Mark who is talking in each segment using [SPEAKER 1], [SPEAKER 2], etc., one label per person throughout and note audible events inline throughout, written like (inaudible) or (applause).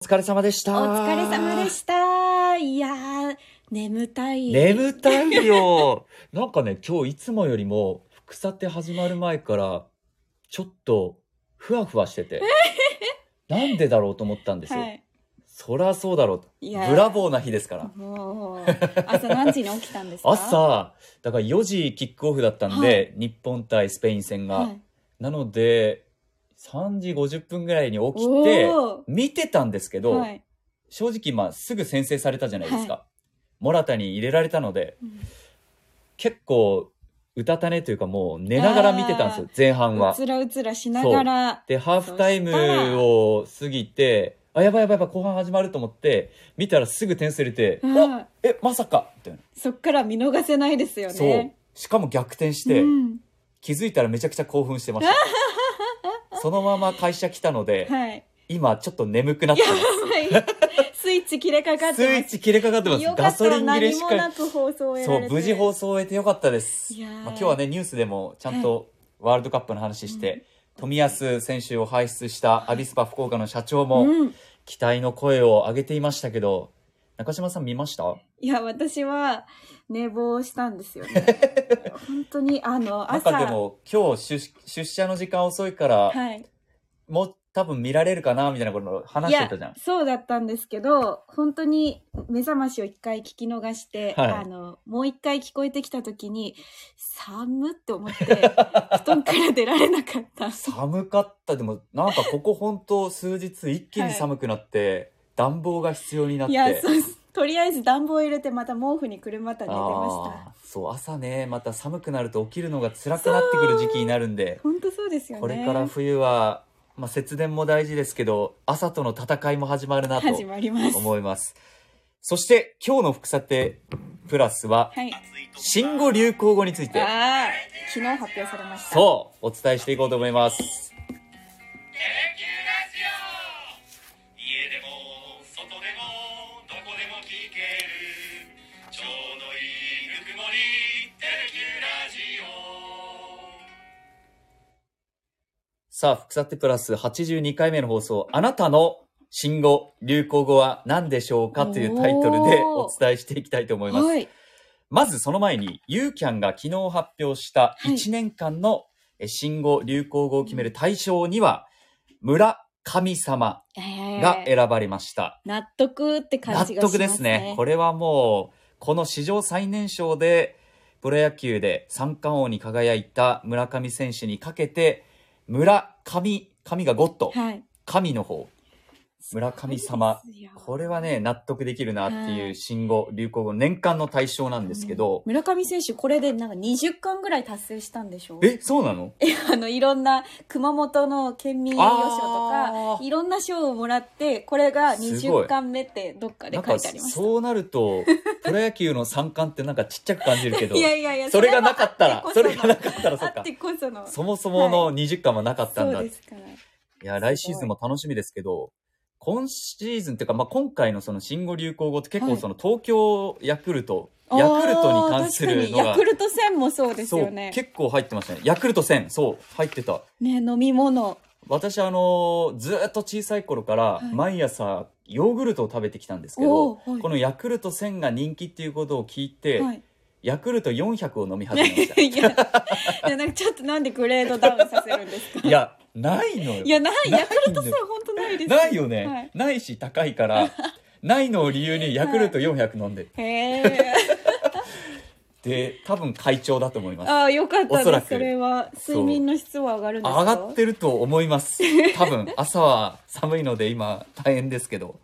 [SPEAKER 1] 疲れ様でした。
[SPEAKER 2] お疲れ様でした。いやー、眠たい。
[SPEAKER 1] 眠たいよ。 (laughs) なんかね、今日いつもよりも、副査定始まる前から、ちょっと、ふわふわしてて。なんでだろうと思ったんですよ。
[SPEAKER 2] はい。
[SPEAKER 1] そりゃそうだろうと。
[SPEAKER 2] い
[SPEAKER 1] ブ
[SPEAKER 2] やー
[SPEAKER 1] ラボーな日ですから。
[SPEAKER 2] もう、朝何時に起きたんですか
[SPEAKER 1] 朝、だから4時キックオフだったんで、
[SPEAKER 2] は
[SPEAKER 1] 日本対スペイン戦が。
[SPEAKER 2] はい、
[SPEAKER 1] なので、3時50分ぐらいに起きて、
[SPEAKER 2] おー
[SPEAKER 1] 見てたんですけど、
[SPEAKER 2] はい
[SPEAKER 1] 正直まあすぐ先制されたじゃないですか。モラタに入れられたので、
[SPEAKER 2] うん
[SPEAKER 1] 結構、うたたねというかもう寝ながら見てたんですよ、前半
[SPEAKER 2] う
[SPEAKER 1] は。
[SPEAKER 2] つらうつらしながら、
[SPEAKER 1] で、ハーフタイムを過ぎて、あ、やばいやばいやばい、後半始まると思って、見たらすぐ点数入れて、
[SPEAKER 2] うん
[SPEAKER 1] あえ、まさかみたいな。
[SPEAKER 2] そっから見逃せないですよね。
[SPEAKER 1] そう。しかも逆転して、
[SPEAKER 2] うん
[SPEAKER 1] 気づいたらめちゃくちゃ興奮してました。
[SPEAKER 2] (laughs)
[SPEAKER 1] そのまま会社来たので、
[SPEAKER 2] はい。 (laughs)
[SPEAKER 1] 今ちょっと眠くなってます。
[SPEAKER 2] はいスイッチ切れかかっ
[SPEAKER 1] スイ
[SPEAKER 2] て
[SPEAKER 1] ッチ切れかかってます。
[SPEAKER 2] よか
[SPEAKER 1] ガ
[SPEAKER 2] った
[SPEAKER 1] ソリン切れ
[SPEAKER 2] 何
[SPEAKER 1] し
[SPEAKER 2] も
[SPEAKER 1] か
[SPEAKER 2] なく放送を終え
[SPEAKER 1] そ
[SPEAKER 2] ら
[SPEAKER 1] う、
[SPEAKER 2] れて
[SPEAKER 1] 無事放送を終えてよかったです。
[SPEAKER 2] いやー
[SPEAKER 1] まあ、今日はね、ニュースでもちゃんとワールドカップの話して、冨安選手を輩出したアビスパ福岡の社長も
[SPEAKER 2] うん、
[SPEAKER 1] 期待の声を上げていましたけど、中島さん見ました
[SPEAKER 2] いや私は寝坊したんですよ
[SPEAKER 1] (laughs)
[SPEAKER 2] ね本当にあの
[SPEAKER 1] なん
[SPEAKER 2] 朝
[SPEAKER 1] かでも今日出出社の時間遅いから、
[SPEAKER 2] はい、
[SPEAKER 1] もう多分見られるかなみたいなことを話してたじゃん。
[SPEAKER 2] そうだったんですけど本当に目覚ましを一回聞き逃して、
[SPEAKER 1] はい
[SPEAKER 2] あのもう一回聞こえてきた時に寒って思って (laughs) 布団から出られなかった
[SPEAKER 1] 寒かった。でもなんかここ本当数日一気に寒くなって、暖房が必要になって。
[SPEAKER 2] いやそうとりあえず暖房入れてまた毛布にくるまった寝てま
[SPEAKER 1] あーそう朝ねまた寒くなると起きるのが辛くなってくる時期になるん
[SPEAKER 2] し
[SPEAKER 1] で
[SPEAKER 2] た、本当そうですよね
[SPEAKER 1] これから冬は、まあ、節電も大事ですけど朝との戦いも始まるなと
[SPEAKER 2] 始まります
[SPEAKER 1] 思いますそして今日の「副査定プラス」は
[SPEAKER 2] はい
[SPEAKER 1] 新語・流行語について
[SPEAKER 2] あー昨日発表されました
[SPEAKER 1] そうお伝えしていこうと思います
[SPEAKER 3] テレキュラジオ家でも外でもどこでも聞けるちょうどいいぬくもりテレキュラジオ
[SPEAKER 1] さあ「副査定プラス」82回目の放送あなたの新語・流行語は何でしょうかというタイトルで
[SPEAKER 2] お
[SPEAKER 1] お
[SPEAKER 2] ー
[SPEAKER 1] 伝えしていきたいと思います
[SPEAKER 2] はい
[SPEAKER 1] まずその前に、ユーキャンが昨日発表した
[SPEAKER 2] はい
[SPEAKER 1] 1年間のえ新語・流行語を決める大賞には、村神様
[SPEAKER 2] えー
[SPEAKER 1] が選ばれました。
[SPEAKER 2] 納得って感じ
[SPEAKER 1] 納
[SPEAKER 2] がしま
[SPEAKER 1] 得
[SPEAKER 2] すね
[SPEAKER 1] ですね。これはもう、この史上最年少で、プロ野球で三冠王に輝いた村上選手にかけて、村上、神がゴッド、
[SPEAKER 2] はい
[SPEAKER 1] 神の方。村神様
[SPEAKER 2] そうですよ
[SPEAKER 1] これはね、納得できるなって
[SPEAKER 2] はいいう
[SPEAKER 1] 新語、流行語、年間の対象なんですけど、
[SPEAKER 2] 村上選手これでなんか20巻ぐらい達成したんでしょ
[SPEAKER 1] え、そうなの
[SPEAKER 2] あのいろんな熊本の県民栄誉賞と
[SPEAKER 1] あ
[SPEAKER 2] か
[SPEAKER 1] ー
[SPEAKER 2] いろんな賞をもらってこれが
[SPEAKER 1] すごい
[SPEAKER 2] 20巻目ってどっかで
[SPEAKER 1] なん
[SPEAKER 2] 書
[SPEAKER 1] か
[SPEAKER 2] いてありました
[SPEAKER 1] そうなるとプロ野球の三冠ってなんかちっちゃく感じるけど
[SPEAKER 2] (laughs) いやいやいや
[SPEAKER 1] それがなかったらそれがな
[SPEAKER 2] っ
[SPEAKER 1] かったら
[SPEAKER 2] た
[SPEAKER 1] そ
[SPEAKER 2] あ
[SPEAKER 1] っか
[SPEAKER 2] ってこその
[SPEAKER 1] そもそもの20巻はなかったんだ、
[SPEAKER 2] そう
[SPEAKER 1] い、
[SPEAKER 2] ですから
[SPEAKER 1] や来シーズンも楽しみですけど今シーズンっていうか、まあ、今回のその新語・流行語って結構
[SPEAKER 2] はい
[SPEAKER 1] その東京ヤクルト、ヤクルトに関するの
[SPEAKER 2] あー確かにヤ
[SPEAKER 1] が
[SPEAKER 2] クルト戦もそうです
[SPEAKER 1] そ
[SPEAKER 2] よ
[SPEAKER 1] う
[SPEAKER 2] ね
[SPEAKER 1] 結構入ってましたねヤクルト1000そう入ってた
[SPEAKER 2] ね飲み物
[SPEAKER 1] 私あのずーっと小さい頃から
[SPEAKER 2] はい
[SPEAKER 1] 毎朝ヨーグルトを食べてきたんですけど、
[SPEAKER 2] おーはい
[SPEAKER 1] このヤクルト1000が人気っていうことを聞いて、
[SPEAKER 2] はい (laughs)
[SPEAKER 1] ヤクルト400を飲み
[SPEAKER 2] い
[SPEAKER 1] 始
[SPEAKER 2] や
[SPEAKER 1] めました。
[SPEAKER 2] いやいやなんかちょっとなんでグレードダウンさせるんですか (laughs)
[SPEAKER 1] いや、ないのよ。
[SPEAKER 2] いやないヤクルト
[SPEAKER 1] ない
[SPEAKER 2] 戦
[SPEAKER 1] の
[SPEAKER 2] 本当ないです
[SPEAKER 1] ないよね、
[SPEAKER 2] はい
[SPEAKER 1] ないし高い
[SPEAKER 2] (laughs)
[SPEAKER 1] から、ないのを理由にヤクルト400飲んで、
[SPEAKER 2] へえ
[SPEAKER 1] で、多分会長だと思います。
[SPEAKER 2] ああ、よかった
[SPEAKER 1] おそら
[SPEAKER 2] で
[SPEAKER 1] く
[SPEAKER 2] す。それは、
[SPEAKER 1] そう
[SPEAKER 2] 睡眠の質は上がるんですか
[SPEAKER 1] 上がってると思います。多
[SPEAKER 2] (laughs)
[SPEAKER 1] 分、朝は寒いので今大変ですけど、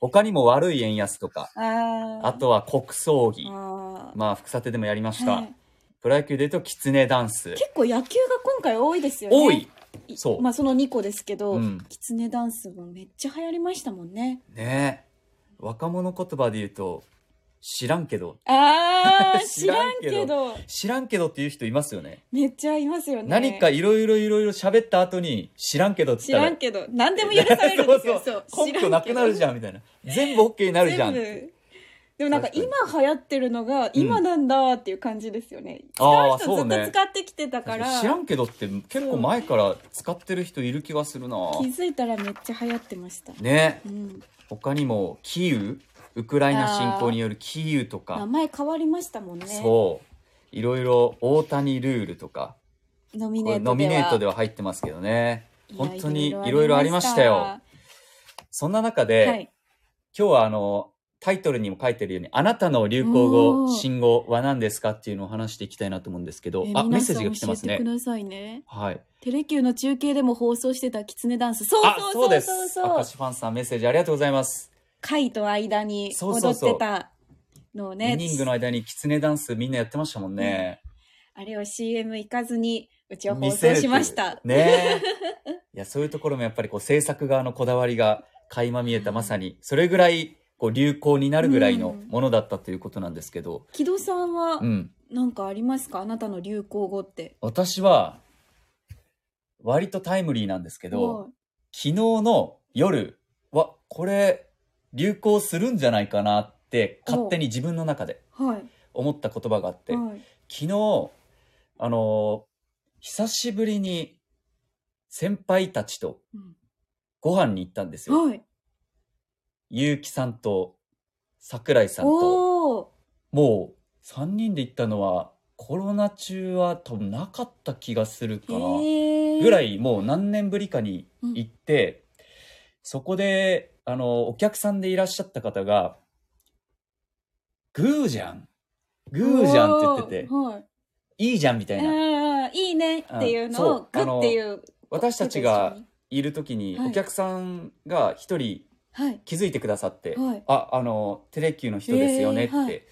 [SPEAKER 1] 他にも悪い円安とか、
[SPEAKER 2] あー
[SPEAKER 1] あとは国葬儀、
[SPEAKER 2] あー
[SPEAKER 1] まあ、副査定でもやりました。
[SPEAKER 2] はい
[SPEAKER 1] プロ野球で言うと、キツネダンス。
[SPEAKER 2] 結構野球が今回多いですよね。
[SPEAKER 1] 多い。そう
[SPEAKER 2] まあ、その2個ですけど、
[SPEAKER 1] うん
[SPEAKER 2] キツネダンスもめっちゃ流行りましたもんね。
[SPEAKER 1] ねえ若者言葉で言うと、 (laughs) 知らんけど、
[SPEAKER 2] ああ、知
[SPEAKER 1] 知ら
[SPEAKER 2] らん
[SPEAKER 1] んけど
[SPEAKER 2] けど、
[SPEAKER 1] 知らんけどっていう人いますよね。
[SPEAKER 2] めっちゃいますよね。
[SPEAKER 1] 何かいろいろいろいろ喋った後に知らんけどって
[SPEAKER 2] 知
[SPEAKER 1] 言っ
[SPEAKER 2] ら
[SPEAKER 1] たら
[SPEAKER 2] んけど、何でも許されるんです
[SPEAKER 1] (laughs)
[SPEAKER 2] よ。
[SPEAKER 1] そう
[SPEAKER 2] そ
[SPEAKER 1] そうう根拠なくなるじ
[SPEAKER 2] ゃ
[SPEAKER 1] ゃんみたいな全部 OK になるじゃん
[SPEAKER 2] 全部でもなんか
[SPEAKER 1] 確
[SPEAKER 2] 今流行ってるのが今なんだっていう感じですよね。
[SPEAKER 1] あー
[SPEAKER 2] 使う
[SPEAKER 1] そう
[SPEAKER 2] 人ずっ
[SPEAKER 1] ね
[SPEAKER 2] と使ってきてたから、
[SPEAKER 1] 知らんけどって結構前から使ってる人いる気はするな
[SPEAKER 2] 気づいたらめっちゃ流行ってました。
[SPEAKER 1] ね
[SPEAKER 2] うん、
[SPEAKER 1] 他にもキーウウクライナ侵攻によるキーウと
[SPEAKER 2] 名
[SPEAKER 1] か、
[SPEAKER 2] 前変わりましたもんね。
[SPEAKER 1] そういろいろ大谷ルールとか
[SPEAKER 2] ノミ
[SPEAKER 1] これ
[SPEAKER 2] ネートでは。
[SPEAKER 1] ノミネートでは入ってますけどね
[SPEAKER 2] いや
[SPEAKER 1] 本当にいろいろありましたよ。そんな中で、
[SPEAKER 2] はい。
[SPEAKER 1] 今日はあのタイトルにも書いてるように「あなたの流行語
[SPEAKER 2] おー
[SPEAKER 1] 新語は何ですか?」っていうのを話していきたいなと思うんですけど
[SPEAKER 2] え
[SPEAKER 1] あ
[SPEAKER 2] 皆さん
[SPEAKER 1] メッセージが来てます
[SPEAKER 2] 教え
[SPEAKER 1] ね
[SPEAKER 2] く。ださいね。
[SPEAKER 1] はい、
[SPEAKER 2] テレキューの中継でも放送してたキツネダンス。そう
[SPEAKER 1] あ
[SPEAKER 2] そう
[SPEAKER 1] そう
[SPEAKER 2] そ
[SPEAKER 1] で
[SPEAKER 2] う
[SPEAKER 1] す
[SPEAKER 2] そう
[SPEAKER 1] 明
[SPEAKER 2] そう。
[SPEAKER 1] 石ファンさんメッセージありがとうございます。
[SPEAKER 2] 貝と間に
[SPEAKER 1] そうそ
[SPEAKER 2] 踊
[SPEAKER 1] う
[SPEAKER 2] っ
[SPEAKER 1] そう
[SPEAKER 2] てたのをね。
[SPEAKER 1] イニングの間にキツネダンスみんなやってましたもんね。
[SPEAKER 2] あれを CM 行かずにうちは放
[SPEAKER 1] 見せるっ
[SPEAKER 2] 送
[SPEAKER 1] てい
[SPEAKER 2] し
[SPEAKER 1] う
[SPEAKER 2] ました。
[SPEAKER 1] ねえいやそういうところもやっぱりこう制作側のこだわりが垣間見えたまさにそれぐらいこう流行になるぐらいのものだったということなんですけど、
[SPEAKER 2] 木戸さんは
[SPEAKER 1] うん、
[SPEAKER 2] なんかありますかあなたの流行語って。
[SPEAKER 1] 私は割とタイムリーなんですけど、
[SPEAKER 2] はい
[SPEAKER 1] 昨日の夜はこれ流行するんじゃないかなって勝手に自分の中で
[SPEAKER 2] はい。
[SPEAKER 1] 思った言葉があって昨
[SPEAKER 2] はい。
[SPEAKER 1] 日あのー久しぶりに先輩たちとご飯に行ったんですよ。
[SPEAKER 2] はい。
[SPEAKER 1] ゆうきさんと桜井さんと
[SPEAKER 2] おお
[SPEAKER 1] もう3人で行ったのはコロナ中は多分なかった気がするか
[SPEAKER 2] ー。
[SPEAKER 1] な。
[SPEAKER 2] へえ。
[SPEAKER 1] ぐら
[SPEAKER 2] い。
[SPEAKER 1] いもう何年ぶりかに
[SPEAKER 2] うん
[SPEAKER 1] 行って、そこであのお客さんでいらっしゃった方が「グーじゃんグーじゃん」って言ってて
[SPEAKER 2] おーはい。
[SPEAKER 1] 「いいじゃん」みたいな、
[SPEAKER 2] うんいいねっていうの
[SPEAKER 1] うん、
[SPEAKER 2] をグ
[SPEAKER 1] そう
[SPEAKER 2] ッていう。
[SPEAKER 1] 私たちがいる時に
[SPEAKER 2] はい
[SPEAKER 1] お客さんが一人
[SPEAKER 2] はい。
[SPEAKER 1] 気づいてくださって「
[SPEAKER 2] はい
[SPEAKER 1] ああのテレキューの人ですよね」って、
[SPEAKER 2] えーはい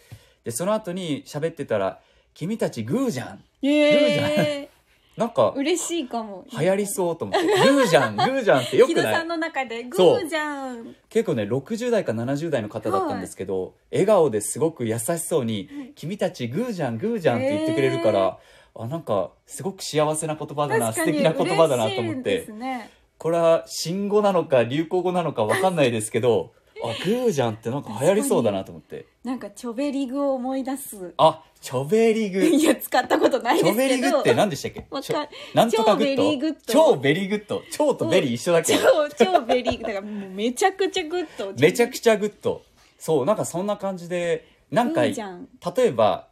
[SPEAKER 1] でその後に喋ってたら「君たちグーじゃん
[SPEAKER 2] ええ。
[SPEAKER 1] なんか
[SPEAKER 2] 嬉しいかも。
[SPEAKER 1] 流行りそう」と思
[SPEAKER 2] (laughs)
[SPEAKER 1] って「グーじゃんグーじゃん」ってよく
[SPEAKER 2] 木戸
[SPEAKER 1] ない
[SPEAKER 2] さんの中でグ
[SPEAKER 1] そう
[SPEAKER 2] ーじゃん。
[SPEAKER 1] 結構ね60代か70代の方だったんですけど、笑顔ですごく優しそうに「君たちグーじゃんグーじゃん」って言ってくれるから、あなんかすごく幸せな言葉だな
[SPEAKER 2] 確
[SPEAKER 1] 素
[SPEAKER 2] かに
[SPEAKER 1] 敵な言葉だなと思っ
[SPEAKER 2] 嬉しいで
[SPEAKER 1] て
[SPEAKER 2] すね。
[SPEAKER 1] これは新語なのか流行語なのかわかんないですけどあグーじゃんってなんか流行りそうだなと思って
[SPEAKER 2] なんかチョベリグを思い出す。
[SPEAKER 1] あチョベリグ
[SPEAKER 2] い
[SPEAKER 1] チ
[SPEAKER 2] や使ったことないで
[SPEAKER 1] ョ
[SPEAKER 2] す
[SPEAKER 1] ベ
[SPEAKER 2] け
[SPEAKER 1] リグ
[SPEAKER 2] ど。
[SPEAKER 1] って何でしたっけ
[SPEAKER 2] わ
[SPEAKER 1] ちょ
[SPEAKER 2] かん
[SPEAKER 1] なんとかグッ
[SPEAKER 2] 超ベリーグッ
[SPEAKER 1] ド
[SPEAKER 2] ド
[SPEAKER 1] 超ベリーグッド超とベリー一緒だけど
[SPEAKER 2] 超超ベリーだからもうめちゃくちゃグッド
[SPEAKER 1] めちゃくちゃグッドそうなんかそんな感じで何
[SPEAKER 2] い
[SPEAKER 1] 回
[SPEAKER 2] いじゃん
[SPEAKER 1] 例えば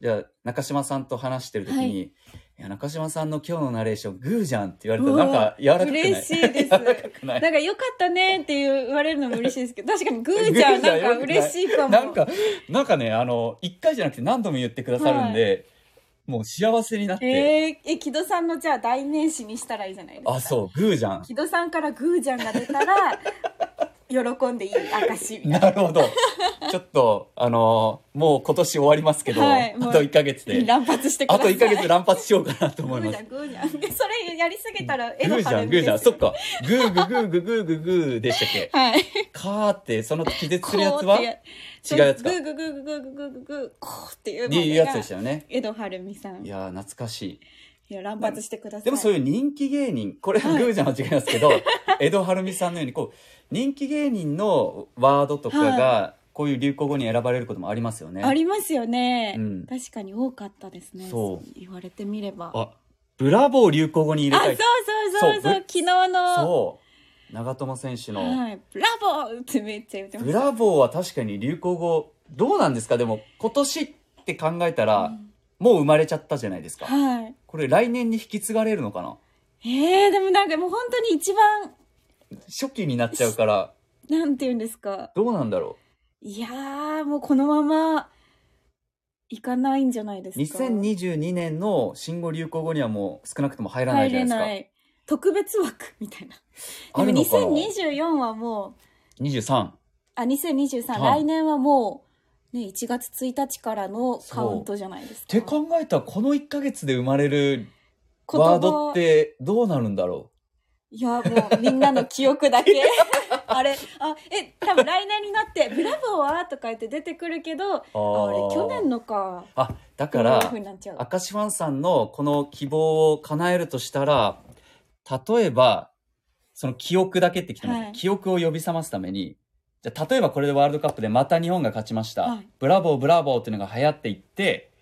[SPEAKER 1] じゃあ中島さんと話してる時に、、
[SPEAKER 2] はいい
[SPEAKER 1] や中島さんの今日のナレーショングーじゃんって言われた
[SPEAKER 2] うわ
[SPEAKER 1] らなんか柔らかくない
[SPEAKER 2] 嬉しいです
[SPEAKER 1] 柔らかくな
[SPEAKER 2] ないんか良かったねっていう言われるのも嬉しいですけど確かにグーちゃんなんか嬉しいかも
[SPEAKER 1] (laughs) なんかなんかねあの1回じゃなくて何度も言ってくださるんで、もう幸せになって、
[SPEAKER 2] えー、え木戸さんのじゃあ代名詞にしたらいいじゃないですか
[SPEAKER 1] あそうグーじゃん (laughs)
[SPEAKER 2] 木戸さんからグーちゃんが出たら喜んでいい証みたいな
[SPEAKER 1] なるほどちょっとあのもう今年終わりますけど、
[SPEAKER 2] はい
[SPEAKER 1] あ
[SPEAKER 2] もう
[SPEAKER 1] と1ヶ月で
[SPEAKER 2] 乱発してくだ
[SPEAKER 1] あ
[SPEAKER 2] さ
[SPEAKER 1] と
[SPEAKER 2] い
[SPEAKER 1] 1ヶ月乱発しようかなと
[SPEAKER 2] グ
[SPEAKER 1] 思い
[SPEAKER 2] ー
[SPEAKER 1] ま
[SPEAKER 2] じ (laughs)
[SPEAKER 1] す
[SPEAKER 2] ゃんグーじゃんそれやりすぎたら絵
[SPEAKER 1] グ
[SPEAKER 2] の
[SPEAKER 1] ーじゃん、
[SPEAKER 2] 晴
[SPEAKER 1] グ
[SPEAKER 2] れ
[SPEAKER 1] ーじゃん。そっ
[SPEAKER 2] です
[SPEAKER 1] か。グーグーグーグーグーグーグーでしたっけ
[SPEAKER 2] はい
[SPEAKER 1] カーって、その気絶す
[SPEAKER 2] (laughs) こ
[SPEAKER 1] るやつ
[SPEAKER 2] う
[SPEAKER 1] は
[SPEAKER 2] って
[SPEAKER 1] 違
[SPEAKER 2] そう
[SPEAKER 1] やつか。
[SPEAKER 2] グ
[SPEAKER 1] っ
[SPEAKER 2] ーグーグーグーグーグーグーグーこうっていう
[SPEAKER 1] ていう
[SPEAKER 2] のが
[SPEAKER 1] やつでしたよね。
[SPEAKER 2] 江戸晴美さん
[SPEAKER 1] い
[SPEAKER 2] い
[SPEAKER 1] やー、懐かしい。
[SPEAKER 2] や乱発してください
[SPEAKER 1] でもそう
[SPEAKER 2] う
[SPEAKER 1] いう人気芸人、これはグーじゃんは違います (laughs) けど、江戸晴美さんのように、こう、人気芸人のワードとかが、こういう流行語に選ばれることもありますよね。
[SPEAKER 2] ありますよね、
[SPEAKER 1] うん
[SPEAKER 2] 確かに多かったですね
[SPEAKER 1] そう
[SPEAKER 2] 言われてみればあ
[SPEAKER 1] あ、ブラボー流行語に入れ
[SPEAKER 2] そ
[SPEAKER 1] た
[SPEAKER 2] う
[SPEAKER 1] い。
[SPEAKER 2] そうそうそう
[SPEAKER 1] そう
[SPEAKER 2] 昨日の
[SPEAKER 1] そう。長友選手の。
[SPEAKER 2] はい、ブラボーってめっちゃ言ってま
[SPEAKER 1] ブ
[SPEAKER 2] した
[SPEAKER 1] ラボーは確かに流行語、どうなんですかでも、今年って考えたら、もう生まれちゃったじゃないですか。
[SPEAKER 2] はい
[SPEAKER 1] これ来年に引き継がれるのかな
[SPEAKER 2] えー、でもなんかもう本当に一番
[SPEAKER 1] 初期になっちゃうから
[SPEAKER 2] なんて言うんですか
[SPEAKER 1] どうなんだろ
[SPEAKER 2] いやーもうこのままいかないんじゃないです
[SPEAKER 1] う
[SPEAKER 2] か
[SPEAKER 1] 2022年の新語・流行語にはもう少なくとも入らない
[SPEAKER 2] 入
[SPEAKER 1] じゃ
[SPEAKER 2] れ
[SPEAKER 1] な
[SPEAKER 2] ない
[SPEAKER 1] で
[SPEAKER 2] い特別枠みたいな
[SPEAKER 1] すか。
[SPEAKER 2] でも
[SPEAKER 1] かな
[SPEAKER 2] 2024はもう
[SPEAKER 1] ?23。
[SPEAKER 2] あ、2023、
[SPEAKER 1] はい
[SPEAKER 2] 来年はもう、ね、1月1日からの
[SPEAKER 1] そう
[SPEAKER 2] カウントじゃないです
[SPEAKER 1] っ
[SPEAKER 2] か。
[SPEAKER 1] て考えたらこの1ヶ月で生まれる
[SPEAKER 2] 言葉
[SPEAKER 1] ワードっ。てどうなるんだろ
[SPEAKER 2] いや、もうみんなの記憶だけ。 (laughs) あれ、あ、え、多分来年になって、ブラボーはとか言って出てくるけど、あ
[SPEAKER 1] うあ
[SPEAKER 2] あれ、去年のか。
[SPEAKER 1] ああだか
[SPEAKER 2] こういう
[SPEAKER 1] ら
[SPEAKER 2] 風になっちゃう。
[SPEAKER 1] 明石ファンさんのこの希望を叶えるとしたら例えばその記憶だけってきてます、
[SPEAKER 2] はい
[SPEAKER 1] 記憶を呼び覚ますためにじゃあ例えばこれでワールドカップでまた日本が勝ちました、
[SPEAKER 2] はい
[SPEAKER 1] ブラボーブラボーっていうのが流行っていって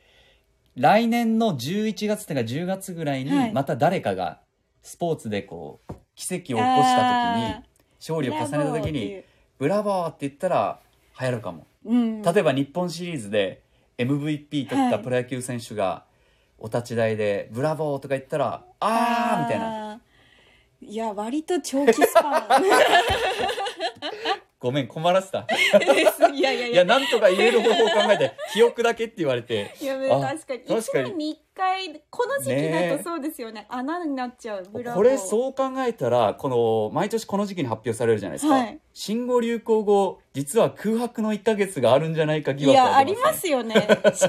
[SPEAKER 1] 来年の11月とか10月ぐらい
[SPEAKER 2] は
[SPEAKER 1] に
[SPEAKER 2] い
[SPEAKER 1] また誰かがスポーツでこう奇跡を起こした時に
[SPEAKER 2] あー
[SPEAKER 1] 勝利を重ねた時にブラボーって言ったら流行るかも、
[SPEAKER 2] うん、
[SPEAKER 1] 例えば日本シリーズで MVP 取った
[SPEAKER 2] はい
[SPEAKER 1] プロ野球選手がお立ち台で「ブラボー」とか言ったら「あー」みたいな
[SPEAKER 2] ないや割と長期スパン
[SPEAKER 1] ごめん困らせた (laughs)
[SPEAKER 2] いやいや
[SPEAKER 1] い
[SPEAKER 2] いや
[SPEAKER 1] やなんとか言える方法を考えて (laughs) 記憶だけって言われて
[SPEAKER 2] いや
[SPEAKER 1] あ
[SPEAKER 2] 確かに
[SPEAKER 1] 確
[SPEAKER 2] 一
[SPEAKER 1] かに
[SPEAKER 2] 年に一回この時期だとそうですよね穴になっちゃうブラボ
[SPEAKER 1] こ
[SPEAKER 2] ー
[SPEAKER 1] れそう考えたらこの毎年この時期に発表されるじゃないですか、
[SPEAKER 2] はい
[SPEAKER 1] 新語・流行語実は空白の1か月があるんじゃないか疑
[SPEAKER 2] い
[SPEAKER 1] 惑
[SPEAKER 2] や
[SPEAKER 1] が
[SPEAKER 2] あ
[SPEAKER 1] 出
[SPEAKER 2] り
[SPEAKER 1] ね
[SPEAKER 2] ますよ
[SPEAKER 1] (laughs)
[SPEAKER 2] ねしか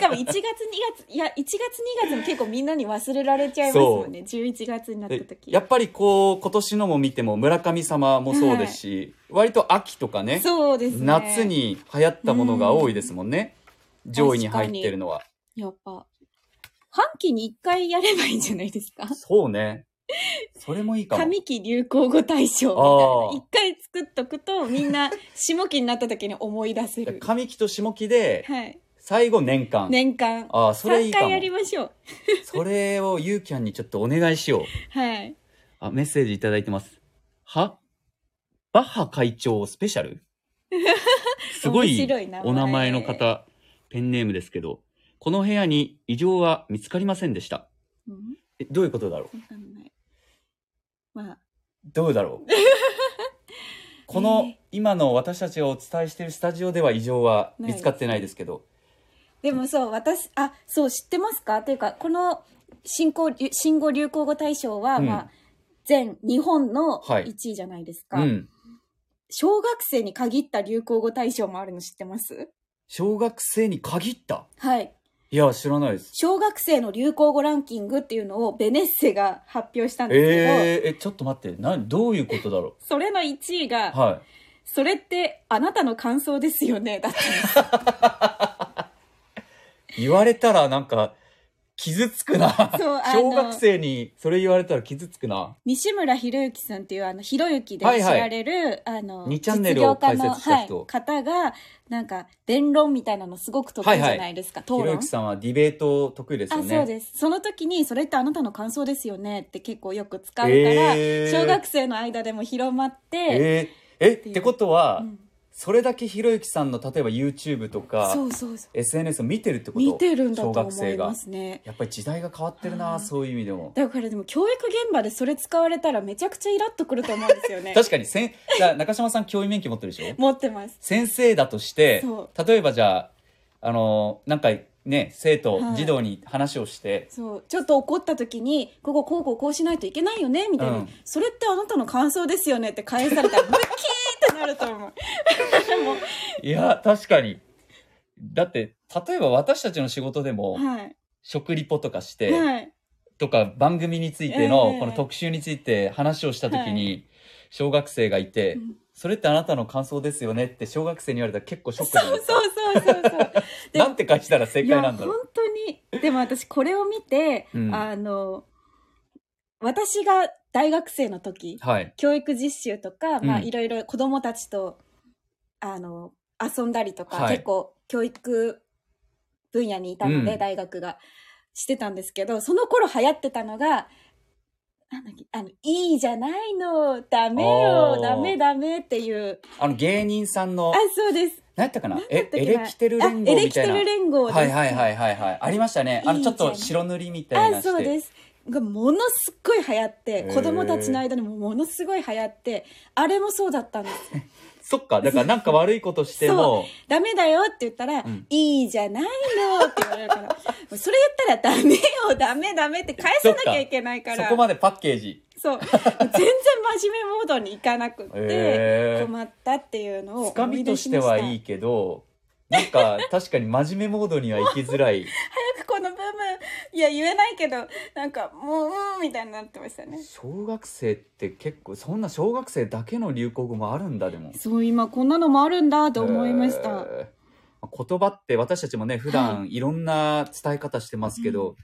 [SPEAKER 2] も1月2月いや1月2月も結構みんなに忘れられちゃいますもんね11月になった
[SPEAKER 1] で
[SPEAKER 2] 時
[SPEAKER 1] やっぱりこう今年のも見ても村神様もそうですし、割と秋とかね
[SPEAKER 2] そうですね
[SPEAKER 1] 夏に流行ったものが多いですもんね、上位に入ってるのは
[SPEAKER 2] やっぱ半期に1回やればいいんじゃないですか
[SPEAKER 1] そうねそれもいいかも
[SPEAKER 2] 上期流行語大賞
[SPEAKER 1] あー
[SPEAKER 2] みたいな一回作っとくとみんな下期になった時に思い出せる
[SPEAKER 1] 上期と下期で
[SPEAKER 2] はい
[SPEAKER 1] 最後年間、
[SPEAKER 2] 年間
[SPEAKER 1] ああそれい
[SPEAKER 2] 3
[SPEAKER 1] いか
[SPEAKER 2] 回
[SPEAKER 1] も
[SPEAKER 2] やりましょう
[SPEAKER 1] それをゆうきゃんにちょっとお願いしよう
[SPEAKER 2] はい
[SPEAKER 1] あ、メッセージいただいてます。はバッハ会長スペシャ
[SPEAKER 2] (laughs)
[SPEAKER 1] ルすご
[SPEAKER 2] 面
[SPEAKER 1] い
[SPEAKER 2] 白い名前
[SPEAKER 1] お名前の方、ペンネームですけど、この部屋に異常は見つかりませんでした。
[SPEAKER 2] うん
[SPEAKER 1] え、どういうことだろう
[SPEAKER 2] わかんないまあ
[SPEAKER 1] どうだ
[SPEAKER 2] (laughs)
[SPEAKER 1] ろうこの、
[SPEAKER 2] えー
[SPEAKER 1] 今の私たちがお伝えしているスタジオでは異常は見つかってないですけど、
[SPEAKER 2] でもそう私あそう知ってますかっていうかこの新語流新語・流行語大賞は、
[SPEAKER 1] うん
[SPEAKER 2] まあ、全日本の
[SPEAKER 1] はい
[SPEAKER 2] 1位じゃないですか、
[SPEAKER 1] うん。
[SPEAKER 2] 小学生に限った流行語大賞もあるの知ってます
[SPEAKER 1] 小学生に限った
[SPEAKER 2] はい
[SPEAKER 1] いや、知らないです。
[SPEAKER 2] 小学生の流行語ランキングっていうのをベネッセが発表したんですけど、
[SPEAKER 1] えー、え、ちょっと待って、な、どういうことだろ
[SPEAKER 2] それの1位が、 (laughs)
[SPEAKER 1] うはい。
[SPEAKER 2] それってあなたの感想ですよねだって
[SPEAKER 1] 言われたらなんか傷つくな
[SPEAKER 2] そうあ
[SPEAKER 1] (laughs)
[SPEAKER 2] の
[SPEAKER 1] 小学生にそれ言われたら傷つくな
[SPEAKER 2] 西村ひろゆきさんっていうあのひろゆきで
[SPEAKER 1] はい
[SPEAKER 2] 知
[SPEAKER 1] はい
[SPEAKER 2] られる、あの
[SPEAKER 1] 二チャンネルを開設した人
[SPEAKER 2] はい、方がなんか弁論みたいなのすごく得意じゃないですか、
[SPEAKER 1] ひろゆ
[SPEAKER 2] 討論
[SPEAKER 1] きさんはディベート得意ですよ
[SPEAKER 2] あ
[SPEAKER 1] ね
[SPEAKER 2] そうですその時に「それってあなたの感想ですよね」って結構よく使うから、
[SPEAKER 1] えー
[SPEAKER 2] 小学生の間でも広まって、
[SPEAKER 1] えーえってことは、
[SPEAKER 2] うん
[SPEAKER 1] それだけひろゆきさんの例えば YouTube とか
[SPEAKER 2] そうそうそう
[SPEAKER 1] SNS を見てるってこと
[SPEAKER 2] 見てるんだと
[SPEAKER 1] 小学
[SPEAKER 2] 思
[SPEAKER 1] 生
[SPEAKER 2] い
[SPEAKER 1] が
[SPEAKER 2] ますね
[SPEAKER 1] やっぱり時代が変わってるな、
[SPEAKER 2] はい
[SPEAKER 1] そういう意味でも
[SPEAKER 2] だからでも教育現場でそれ使われたらめちゃくちゃイラッとくると思うんですよね
[SPEAKER 1] 確かにせんじゃあ中島さん教員免許持ってるでしょ
[SPEAKER 2] 持ってます
[SPEAKER 1] 先生だとして
[SPEAKER 2] そ
[SPEAKER 1] 例えばじゃああのなんかね生徒、
[SPEAKER 2] はい
[SPEAKER 1] 児童に話をして
[SPEAKER 2] そうちょっと怒った時にこここうこうこうしないといけないよねみたいな、
[SPEAKER 1] うん
[SPEAKER 2] それってあなたの感想ですよねって返されたらブキーってなる
[SPEAKER 1] (laughs)
[SPEAKER 2] と思う
[SPEAKER 1] いや、確かに。だって、例えば私たちの仕事でも、
[SPEAKER 2] はい、
[SPEAKER 1] 食リポとかして、
[SPEAKER 2] はい
[SPEAKER 1] とか番組についての
[SPEAKER 2] え、え
[SPEAKER 1] この特集について話をした時に、小学生がいて、
[SPEAKER 2] うん
[SPEAKER 1] それってあなたの感想ですよねって小学生に言われたら結構ショックじゃない
[SPEAKER 2] そう
[SPEAKER 1] ですか
[SPEAKER 2] そうそうそうそうで
[SPEAKER 1] なんて返したら正
[SPEAKER 2] い
[SPEAKER 1] 解
[SPEAKER 2] や
[SPEAKER 1] なん
[SPEAKER 2] 本
[SPEAKER 1] だろう。
[SPEAKER 2] 当にでも私これを見て、
[SPEAKER 1] うん
[SPEAKER 2] あの私が大学生の時
[SPEAKER 1] はい。
[SPEAKER 2] 教育実習とか、まあ、
[SPEAKER 1] うん
[SPEAKER 2] いろいろ子どもたちとあの遊んだりとか、
[SPEAKER 1] はい
[SPEAKER 2] 結構教育分野にいたので、
[SPEAKER 1] うん
[SPEAKER 2] 大学がしてたんですけどその頃流行ってたのが「なんだっけあのいいじゃないのダメ
[SPEAKER 1] あ
[SPEAKER 2] よ
[SPEAKER 1] ー
[SPEAKER 2] ダメダメ」っていう
[SPEAKER 1] あの芸人さんの
[SPEAKER 2] あ、そうです
[SPEAKER 1] 何やったかな
[SPEAKER 2] なんだっ
[SPEAKER 1] え、
[SPEAKER 2] たっ
[SPEAKER 1] エ
[SPEAKER 2] けな
[SPEAKER 1] レキテル
[SPEAKER 2] あ
[SPEAKER 1] 連
[SPEAKER 2] エ
[SPEAKER 1] 合
[SPEAKER 2] レ
[SPEAKER 1] み
[SPEAKER 2] キ
[SPEAKER 1] た
[SPEAKER 2] テ
[SPEAKER 1] いな。
[SPEAKER 2] ル
[SPEAKER 1] は
[SPEAKER 2] 連合です
[SPEAKER 1] いはいはいはいはい。ありましたね。あの、
[SPEAKER 2] いい
[SPEAKER 1] ちょっと
[SPEAKER 2] じゃん
[SPEAKER 1] 白塗りみたいな
[SPEAKER 2] あ
[SPEAKER 1] して。
[SPEAKER 2] そうですがものすっごい流行って
[SPEAKER 1] へー
[SPEAKER 2] 子供たちの間でもものすごい流行ってあれもそうだったんです
[SPEAKER 1] そっか。だからなんか悪いことして
[SPEAKER 2] (laughs)
[SPEAKER 1] も、
[SPEAKER 2] ダメだよって言ったら、
[SPEAKER 1] うん
[SPEAKER 2] いいじゃないのって言われるから、も (laughs) うそれ言ったらダメよ、ダメダメって返さなきゃいけないから、
[SPEAKER 1] そこまでパッケージ。
[SPEAKER 2] そう、全然真面目モードにいかなく
[SPEAKER 1] へ
[SPEAKER 2] て、
[SPEAKER 1] ー
[SPEAKER 2] 困ったっていうのを
[SPEAKER 1] つか
[SPEAKER 2] 思い
[SPEAKER 1] み
[SPEAKER 2] 出
[SPEAKER 1] と
[SPEAKER 2] し
[SPEAKER 1] し
[SPEAKER 2] ま
[SPEAKER 1] て
[SPEAKER 2] した。
[SPEAKER 1] はいいけどなんか確かに真面目モードには行きづら
[SPEAKER 2] (laughs)
[SPEAKER 1] い
[SPEAKER 2] 早くこの部分、いや言えないけど、なんかもう、うん、みたいになってましたね。
[SPEAKER 1] 小学生って結構そんな小学生だけの流行語もあるんだでも
[SPEAKER 2] そう、今こんなのもあるんだと思いました。
[SPEAKER 1] えー言葉って私たちもね普段いろんな伝え方してますけど、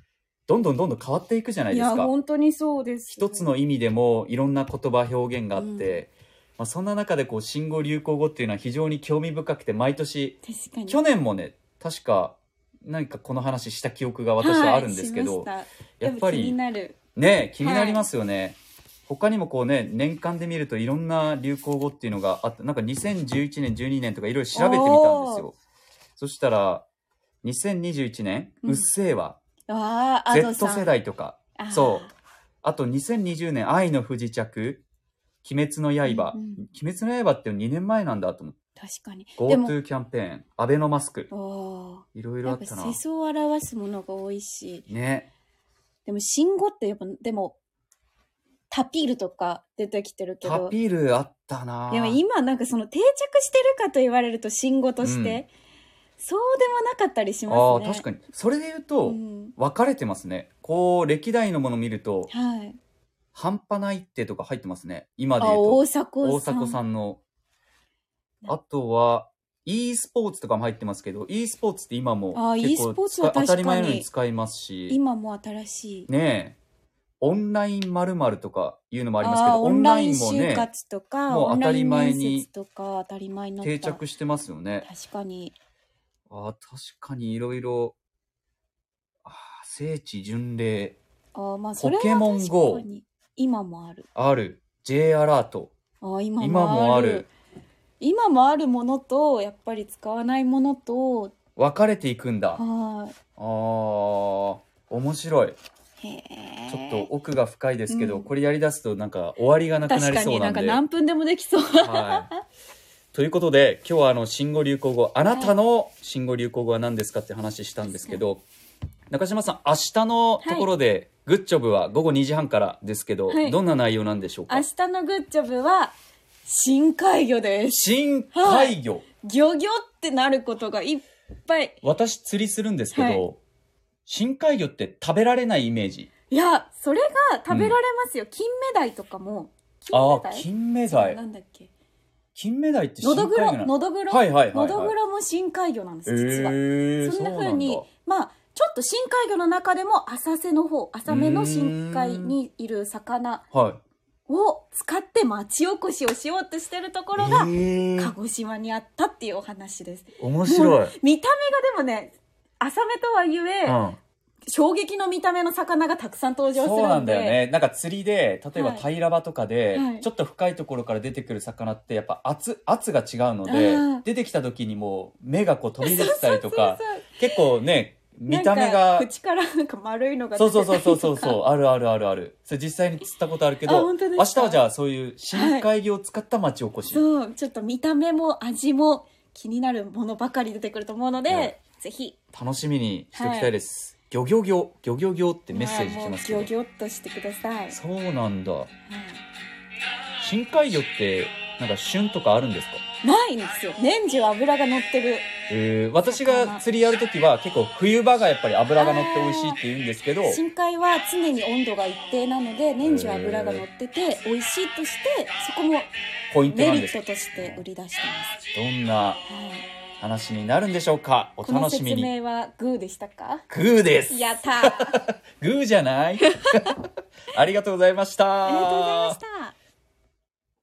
[SPEAKER 1] どんどんどんどん変わっていくじゃない
[SPEAKER 2] い
[SPEAKER 1] です
[SPEAKER 2] や、
[SPEAKER 1] か
[SPEAKER 2] 本当にそうです。
[SPEAKER 1] 一つの意味でもいろんな言葉表現があって、まあ、そんな中でこう新語・流行語っていうのは非常に興味深くて毎年
[SPEAKER 2] 確かに
[SPEAKER 1] 去年もね確か何かこの話した記憶が私はあるんですけど、
[SPEAKER 2] はいしました
[SPEAKER 1] やっぱ
[SPEAKER 2] でも気
[SPEAKER 1] り
[SPEAKER 2] になる
[SPEAKER 1] ね気になりますよね、他にもこうね年間で見るといろんな流行語っていうのがあってなんか2011年12年とかいろいろ調べてみたんですよそしたら2021年「
[SPEAKER 2] うん
[SPEAKER 1] うっせぇわ」
[SPEAKER 2] わあ
[SPEAKER 1] Z 世代とか
[SPEAKER 2] あー
[SPEAKER 1] そうあと2020年「愛の不時着」「鬼滅の刃」
[SPEAKER 2] うんうん
[SPEAKER 1] 鬼滅の刃」って2年前なんだと思って
[SPEAKER 2] 確かにでも
[SPEAKER 1] GoTo キャンペーンアベノマスク
[SPEAKER 2] お
[SPEAKER 1] いろい
[SPEAKER 2] ー
[SPEAKER 1] ろ
[SPEAKER 2] や
[SPEAKER 1] あ
[SPEAKER 2] っ
[SPEAKER 1] っ
[SPEAKER 2] ぱ
[SPEAKER 1] たな
[SPEAKER 2] 世相を表すものが多いし
[SPEAKER 1] ね
[SPEAKER 2] でも新語ってやっぱでもタピールとか出てきてるけ
[SPEAKER 1] タ
[SPEAKER 2] ど
[SPEAKER 1] ピールあったな
[SPEAKER 2] でも今なんかその定着してるかと言われると新語として、そうでもなかったりし
[SPEAKER 1] あ
[SPEAKER 2] ま
[SPEAKER 1] ー
[SPEAKER 2] すね
[SPEAKER 1] 確かにそれで言うと、
[SPEAKER 2] うん
[SPEAKER 1] 分かれてますねこう歴代のもの見ると
[SPEAKER 2] はい
[SPEAKER 1] 半端ないってとか入ってますね今で
[SPEAKER 2] あ
[SPEAKER 1] 言う
[SPEAKER 2] 大
[SPEAKER 1] と
[SPEAKER 2] 迫
[SPEAKER 1] 大
[SPEAKER 2] さん
[SPEAKER 1] 迫さんのあとは e スポーツとかも入ってますけど e スポーツって今も
[SPEAKER 2] あー e スポーツは
[SPEAKER 1] 使い
[SPEAKER 2] 確
[SPEAKER 1] 当た
[SPEAKER 2] かに
[SPEAKER 1] り前のように使いますし
[SPEAKER 2] 今も新しい
[SPEAKER 1] ねえオンラインまるとかいうのもありますけ
[SPEAKER 2] あー
[SPEAKER 1] ど
[SPEAKER 2] オ
[SPEAKER 1] オ
[SPEAKER 2] ン
[SPEAKER 1] ン
[SPEAKER 2] ラ
[SPEAKER 1] ラ
[SPEAKER 2] イ
[SPEAKER 1] イ
[SPEAKER 2] ン
[SPEAKER 1] ンも
[SPEAKER 2] 就
[SPEAKER 1] ね
[SPEAKER 2] 活とか、
[SPEAKER 1] もう
[SPEAKER 2] オンライン
[SPEAKER 1] 当たり前
[SPEAKER 2] 面
[SPEAKER 1] に
[SPEAKER 2] 接とか当たり前になった
[SPEAKER 1] 定着してますよね
[SPEAKER 2] 確かに
[SPEAKER 1] あー確かにいろいろあー聖地巡礼
[SPEAKER 2] あーまあそれは
[SPEAKER 1] ポケモン GO
[SPEAKER 2] 確かに今もある
[SPEAKER 1] ある J アラート
[SPEAKER 2] あー今
[SPEAKER 1] 今も
[SPEAKER 2] も
[SPEAKER 1] あ
[SPEAKER 2] あ
[SPEAKER 1] る
[SPEAKER 2] る今もあるものとやっぱり使わないものと
[SPEAKER 1] 分かれていくんだ
[SPEAKER 2] は
[SPEAKER 1] あー面白い
[SPEAKER 2] いへえ
[SPEAKER 1] ちょっと奥が深いですけど、
[SPEAKER 2] うん
[SPEAKER 1] これやりだすとなんか終わりがなくな
[SPEAKER 2] 確
[SPEAKER 1] り
[SPEAKER 2] か
[SPEAKER 1] そう
[SPEAKER 2] に
[SPEAKER 1] な
[SPEAKER 2] なんん
[SPEAKER 1] で
[SPEAKER 2] か何分でもでき
[SPEAKER 1] (laughs)
[SPEAKER 2] そう
[SPEAKER 1] はい、ということで今日はあの新語・流行語あなたの新語・流行語は何ですかって話したんですけど、中島さん明日のところで、グッジョブは午後2時半からですけど、
[SPEAKER 2] はい
[SPEAKER 1] どんな内容なんでしょうか
[SPEAKER 2] 明日のグッジョブは深海魚です
[SPEAKER 1] 深海魚、
[SPEAKER 2] 漁業ってなることがいっぱい
[SPEAKER 1] 私釣りするんですけど、
[SPEAKER 2] は
[SPEAKER 1] 深海魚って食べられないイメージ
[SPEAKER 2] いやそれが食べられますよ、金目鯛とかも金
[SPEAKER 1] ああ
[SPEAKER 2] 目鯛
[SPEAKER 1] 金目
[SPEAKER 2] そう
[SPEAKER 1] 鯛
[SPEAKER 2] なんだっけ
[SPEAKER 1] 金目鯛って
[SPEAKER 2] の
[SPEAKER 1] 深
[SPEAKER 2] ど
[SPEAKER 1] 海
[SPEAKER 2] ぐ
[SPEAKER 1] 魚な
[SPEAKER 2] ろ
[SPEAKER 1] の
[SPEAKER 2] のどぐろ
[SPEAKER 1] はいはいはいはい
[SPEAKER 2] のどぐろも深海魚なんです実は、
[SPEAKER 1] えー、
[SPEAKER 2] そんな
[SPEAKER 1] う
[SPEAKER 2] 風
[SPEAKER 1] だ
[SPEAKER 2] にまあちょっと深海魚の中でも浅瀬の方浅めの深海にいる魚
[SPEAKER 1] はい
[SPEAKER 2] を使って町おこしをしようとしてるところが
[SPEAKER 1] え
[SPEAKER 2] 鹿
[SPEAKER 1] ー、
[SPEAKER 2] 児島にあったっていうお話です
[SPEAKER 1] 面白い、
[SPEAKER 2] 見た目がでもね浅めとはいえ、
[SPEAKER 1] うん、
[SPEAKER 2] 衝撃の見た目の魚がたくさん登場するんで
[SPEAKER 1] そうなんだよねなんか釣りで例えば
[SPEAKER 2] はい
[SPEAKER 1] 平場とかで、
[SPEAKER 2] はい
[SPEAKER 1] ちょっと深いところから出てくる魚ってやっぱ圧圧が違うので
[SPEAKER 2] あー
[SPEAKER 1] 出てきた時にもう目がこう飛び出てたりと
[SPEAKER 2] そう
[SPEAKER 1] か結構ね見た目
[SPEAKER 2] なん
[SPEAKER 1] が
[SPEAKER 2] か口からなんか丸いのが
[SPEAKER 1] そう
[SPEAKER 2] 出て
[SPEAKER 1] そう
[SPEAKER 2] た
[SPEAKER 1] そう
[SPEAKER 2] り
[SPEAKER 1] そう
[SPEAKER 2] と
[SPEAKER 1] そう
[SPEAKER 2] か
[SPEAKER 1] そうあるあるあるあるそれ実際に釣ったことあるけ
[SPEAKER 2] あ
[SPEAKER 1] ど
[SPEAKER 2] 本当
[SPEAKER 1] 明
[SPEAKER 2] です
[SPEAKER 1] 日
[SPEAKER 2] か
[SPEAKER 1] はじゃあそういう深海魚を使った町おこし、
[SPEAKER 2] そうちょっと見た目も味も気になるものばかり出てくると思うので、
[SPEAKER 1] はい
[SPEAKER 2] ぜひ
[SPEAKER 1] 楽しみにしておきたいです、漁業業漁業業ってメッセージ
[SPEAKER 2] まあ
[SPEAKER 1] 来
[SPEAKER 2] もう
[SPEAKER 1] ますけど、
[SPEAKER 2] ギョギョっとしてください、はい
[SPEAKER 1] そうなんだ深海魚ってなんか旬とかあるんですか
[SPEAKER 2] ないんですよ年中脂が乗ってる
[SPEAKER 1] えー私が釣りやるときは結構冬場がやっぱり脂が乗って美味しいって言うんですけど
[SPEAKER 2] 深海は常に温度が一定なので年中脂が乗ってて美味しいとしてそこも
[SPEAKER 1] ポイント
[SPEAKER 2] メ
[SPEAKER 1] なん
[SPEAKER 2] リ
[SPEAKER 1] で
[SPEAKER 2] ッ
[SPEAKER 1] す
[SPEAKER 2] トとして売り出してます、
[SPEAKER 1] どんな
[SPEAKER 2] はい、
[SPEAKER 1] 話になるんでしょうかお
[SPEAKER 2] この
[SPEAKER 1] 楽し
[SPEAKER 2] 説
[SPEAKER 1] みに
[SPEAKER 2] 明はグーでした
[SPEAKER 1] (laughs)
[SPEAKER 2] か
[SPEAKER 1] グーです (laughs)
[SPEAKER 2] やったー (laughs)
[SPEAKER 1] グーじゃないありがとうございました
[SPEAKER 2] ありがとうございました